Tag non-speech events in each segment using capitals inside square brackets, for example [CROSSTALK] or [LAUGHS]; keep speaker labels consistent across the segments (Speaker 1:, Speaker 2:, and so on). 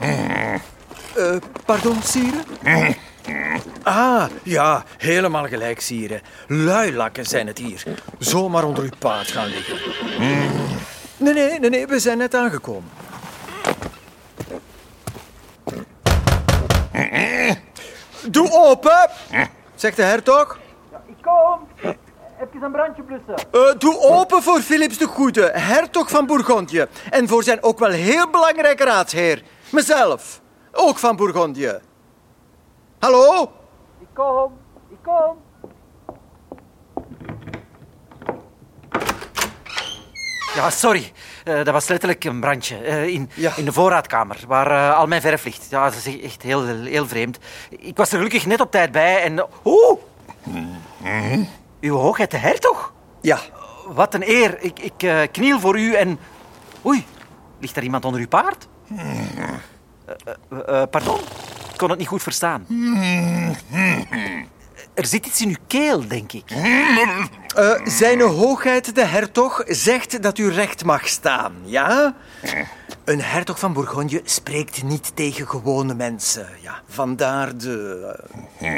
Speaker 1: Eh, Pardon, sire? [LAUGHS] Ah, ja, helemaal gelijk, sire. Luilakken zijn het hier. Zomaar onder uw paard gaan liggen. [LAUGHS] Nee, nee, nee, nee, we zijn net [LAUGHS] aangekomen. Doe [LAUGHS] open, zegt de hertog.
Speaker 2: Ik kom! Even een brandje blussen.
Speaker 1: Eh, doe open voor Philips de Goede, hertog van Bourgondië. En voor zijn ook wel heel belangrijke raadsheer. Mezelf, ook van Bourgondië. Hallo?
Speaker 2: Ik kom! Ik kom!
Speaker 3: Ja, sorry. Eh, dat was letterlijk een brandje. eh, in,
Speaker 1: Ja.
Speaker 3: in de voorraadkamer, waar eh, al mijn verf ligt. Ja, dat is echt heel, heel vreemd. Ik was er gelukkig net op tijd bij en... Oeh! Uw hoogheid de hertog?
Speaker 1: Ja,
Speaker 3: Wat een eer. Ik, ik eh, kniel voor u en... Oei, ligt daar iemand onder uw paard? Eh, eh, eh, pardon? Ik kon het niet goed verstaan. Er zit iets in uw keel, denk ik.
Speaker 1: Eh, Zijne hoogheid de hertog zegt dat u recht mag staan, ja? Een hertog van Bourgondië spreekt niet tegen gewone mensen, ja. Vandaar de... eh.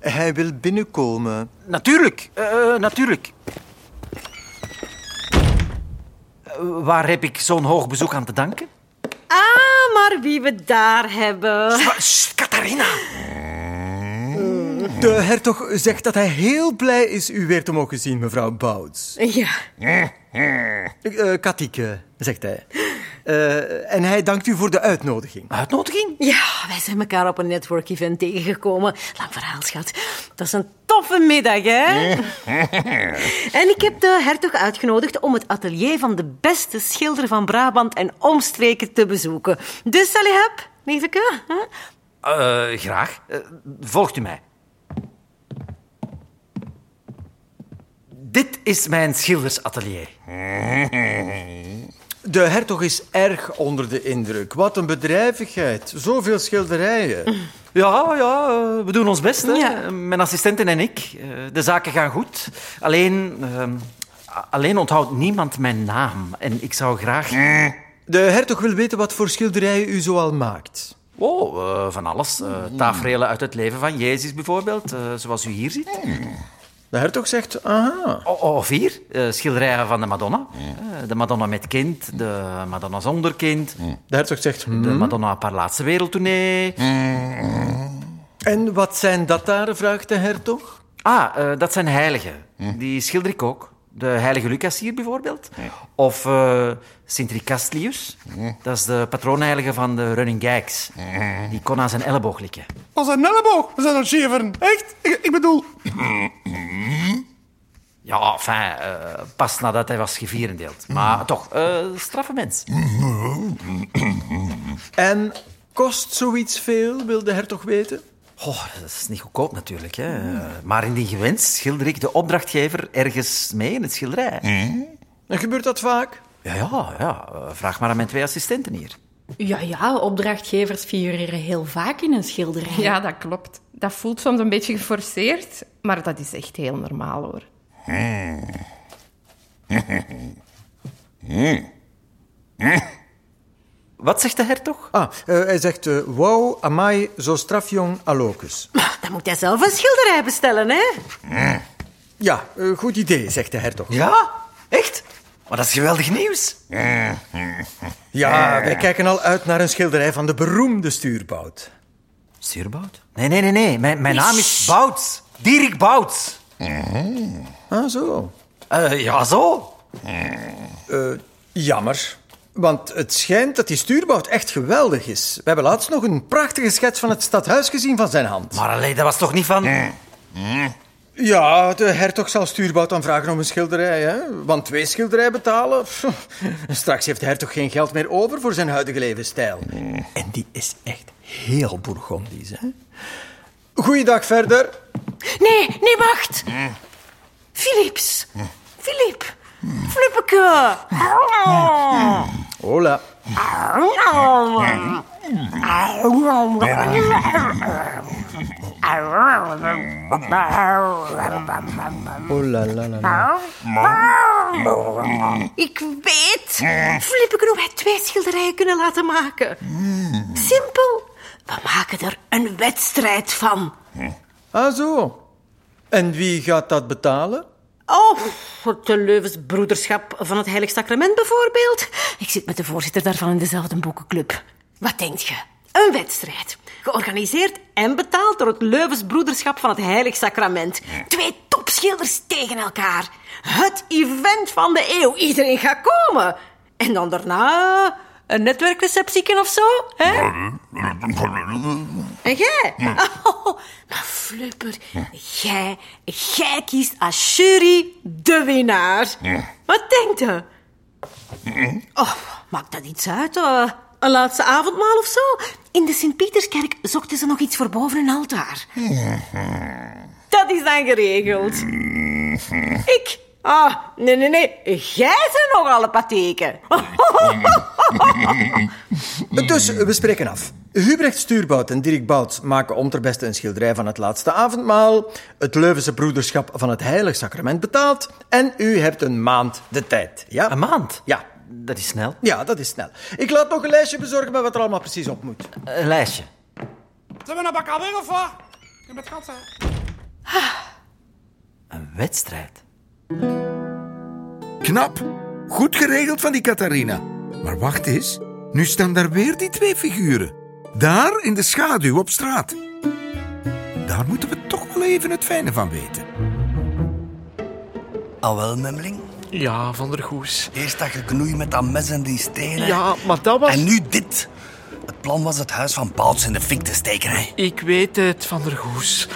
Speaker 1: Hij wil binnenkomen.
Speaker 3: Natuurlijk, eh, eh, natuurlijk. Eh, Waar heb ik zo'n hoog bezoek aan te danken?
Speaker 4: Ah, maar wie we daar hebben.
Speaker 3: Ah, sst, Catharina!
Speaker 1: De hertog zegt dat hij heel blij is u weer te mogen zien, mevrouw Bouts.
Speaker 4: Ja,
Speaker 1: Eh Katieke, zegt hij. Eh, en hij dankt u voor de uitnodiging.
Speaker 3: Uitnodiging?
Speaker 4: ja, wij zijn elkaar op een network-event tegengekomen. Lang verhaal, schat. Dat is een toffe middag, hè? en ik heb de hertog uitgenodigd om het atelier van de beste schilder van Brabant en omstreken te bezoeken. Dus, Salihab, lieveke, hè?
Speaker 3: Eh, graag. Eh, volgt u mij. Dit is mijn schildersatelier.
Speaker 1: De hertog is erg onder de indruk. Wat een bedrijvigheid. Zoveel schilderijen.
Speaker 3: Ja, ja, eh, we doen ons best. Hè.
Speaker 4: Ja.
Speaker 3: Mijn assistenten en ik. Eh, De zaken gaan goed. Alleen, ehm, a- alleen onthoudt niemand mijn naam. En ik zou graag...
Speaker 1: De hertog wil weten wat voor schilderijen u zoal maakt.
Speaker 3: Oh, eh, van alles. Eh taferelen uit het leven van Jezus bijvoorbeeld, eh, zoals u hier ziet.
Speaker 1: De hertog zegt, aha.
Speaker 3: O- Of hier, eh, schilderijen van de Madonna. Eh, de Madonna met kind, de Madonna zonder kind,
Speaker 1: De hertog zegt,
Speaker 3: de
Speaker 1: hmm.
Speaker 3: Madonna op haar laatste wereldtournee.
Speaker 1: En wat zijn dat daar, vraagt de hertog.
Speaker 3: Ah, eh, dat zijn heiligen. Die schilder ik ook. De heilige Lucas hier bijvoorbeeld. Of eh, Sint Ricastlius. Dat is de patroonheilige van de Running Gags. Die kon aan zijn elleboog likken.
Speaker 5: Als een elleboog, we zijn een scheveren. Echt? Ik, ik bedoel,
Speaker 3: Ja, enfin, eh, pas nadat hij was gevierendeeld. Maar toch, eh, straffe mens.
Speaker 1: En kost zoiets veel, wil de hertog weten?
Speaker 3: Oh, dat is niet goedkoop natuurlijk. Hè. Maar indien gewenst schilder ik de opdrachtgever ergens mee in het schilderij.
Speaker 1: En gebeurt dat vaak?
Speaker 3: Ja, ja, ja. Eh, Vraag maar aan mijn twee assistenten hier.
Speaker 6: Ja, ja, opdrachtgevers figureren heel vaak in een schilderij.
Speaker 7: Ja, dat klopt. Dat voelt soms een beetje geforceerd, maar dat is echt heel normaal hoor.
Speaker 3: Wat zegt de hertog?
Speaker 1: Ah, eh, hij zegt, eh, wauw, amai, zo strafjong alocus.
Speaker 4: Ah, Dan moet jij zelf een schilderij bestellen, hè?
Speaker 1: Ja, eh, goed idee, zegt de hertog.
Speaker 3: Ja, echt? Maar dat is geweldig nieuws.
Speaker 1: Ja, wij kijken al uit naar een schilderij van de beroemde stuurbout.
Speaker 3: Sierbout? Nee, nee, nee, nee. Mijn, mijn naam is Bouts. Dirk Bouts.
Speaker 1: Ah, zo.
Speaker 3: Eh, ja, zo.
Speaker 1: Eh, Jammer. Want het schijnt dat die stuurbout echt geweldig is. We hebben laatst nog een prachtige schets van het stadhuis gezien van zijn hand.
Speaker 3: Maar alleen, dat was toch niet van...
Speaker 1: Ja, de hertog zal Stuurbout dan vragen om een schilderij, hè? Want twee schilderijen betalen? Pff, Straks heeft de hertog geen geld meer over voor zijn huidige levensstijl. En die is echt heel Bourgondisch, hè? Goeiedag verder.
Speaker 4: Nee, nee, wacht. Philips. Filip. Flippeke. Oh.
Speaker 1: Hola. Hola, la, la, la.
Speaker 4: Ik weet. Flippeke hoe wij twee schilderijen kunnen laten maken. simpel. We maken er een wedstrijd van.
Speaker 1: Ah, zo. En wie gaat dat betalen?
Speaker 4: Oh, het Leuven's broederschap van het Heilig Sacrament bijvoorbeeld. Ik zit met de voorzitter daarvan in dezelfde boekenclub. Wat denk je? Een wedstrijd. Georganiseerd en betaald door het Leuven's broederschap van het Heilig Sacrament. Twee topschilders tegen elkaar. Het event van de eeuw. Iedereen gaat komen. En dan daarna een netwerkreceptieken of zo. Hè? En jij? [LAUGHS] Oh, maar Flipper, jij, jij kiest als jury de winnaar. Wat denkt je? Oh, maakt dat iets uit? eh, een laatste avondmaal of zo? In de Sint-Pieterskerk zochten ze nog iets voor boven hun altaar. Dat is dan geregeld. Ik? Ah, nee, nee, nee. Jij zijn nog alle pateken.
Speaker 1: Dus we spreken af. Hubrecht Stuurbout en Dirk Bouts maken om ter beste een schilderij van het laatste avondmaal. Het Leuvense broederschap van het heilig sacrament betaalt. En u hebt een maand de tijd. Ja?
Speaker 8: Een maand?
Speaker 1: Ja.
Speaker 8: Dat is snel.
Speaker 1: Ja, dat is snel. Ik laat nog een lijstje bezorgen met wat er allemaal precies op moet.
Speaker 8: Een lijstje.
Speaker 9: Zijn we naar Bakaber of wat? Ik ben het
Speaker 3: Ah.
Speaker 8: Een wedstrijd.
Speaker 10: Knap. Goed geregeld van die Catharina. Maar wacht eens. Nu staan daar weer die twee figuren. Daar in de schaduw op straat. Daar moeten we toch wel even het fijne van weten.
Speaker 3: Al wel, Memmeling.
Speaker 11: Ja, Van der Goes.
Speaker 3: Eerst dat geknoei met dat mes en die stenen.
Speaker 11: Ja, maar dat was...
Speaker 3: En nu dit. Het plan was het huis van Bouts in de fik te steken, hè.
Speaker 11: Ik weet het, Van der Goes.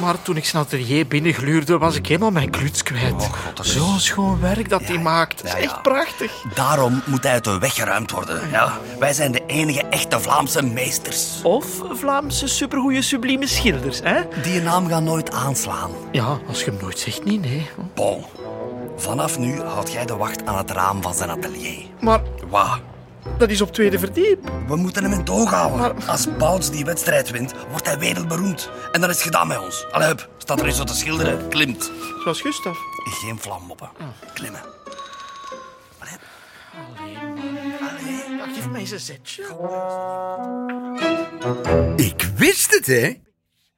Speaker 11: Maar toen ik zijn atelier binnengluurde, was ik helemaal mijn kluts kwijt.
Speaker 3: Oh, God, dat is-
Speaker 11: Zo schoon werk dat hij
Speaker 3: ja.
Speaker 11: maakt. Dat is
Speaker 3: Ja, ja.
Speaker 11: echt prachtig.
Speaker 3: Daarom moet hij uit de weg geruimd worden. Ja, wij zijn de enige echte Vlaamse meesters.
Speaker 11: Of Vlaamse supergoeie sublieme schilders, hè?
Speaker 3: Die naam gaat nooit aanslaan.
Speaker 11: Ja, als je hem nooit zegt, niet, nee.
Speaker 3: Bon. Vanaf nu houd jij de wacht aan het raam van zijn atelier.
Speaker 11: Maar
Speaker 3: Wauw.
Speaker 11: dat is op tweede verdiep.
Speaker 3: We moeten hem in het oog houden. Als Bouts die wedstrijd wint, wordt hij wereldberoemd. En dan is het gedaan met ons. Allee, hup. Staat er eens zo te schilderen. Klimt.
Speaker 11: Zoals Gustav.
Speaker 3: Geen vlammoppen. Klimmen. Allee. Allee.
Speaker 11: Geef mij eens een zetje.
Speaker 10: Ik wist het, hè?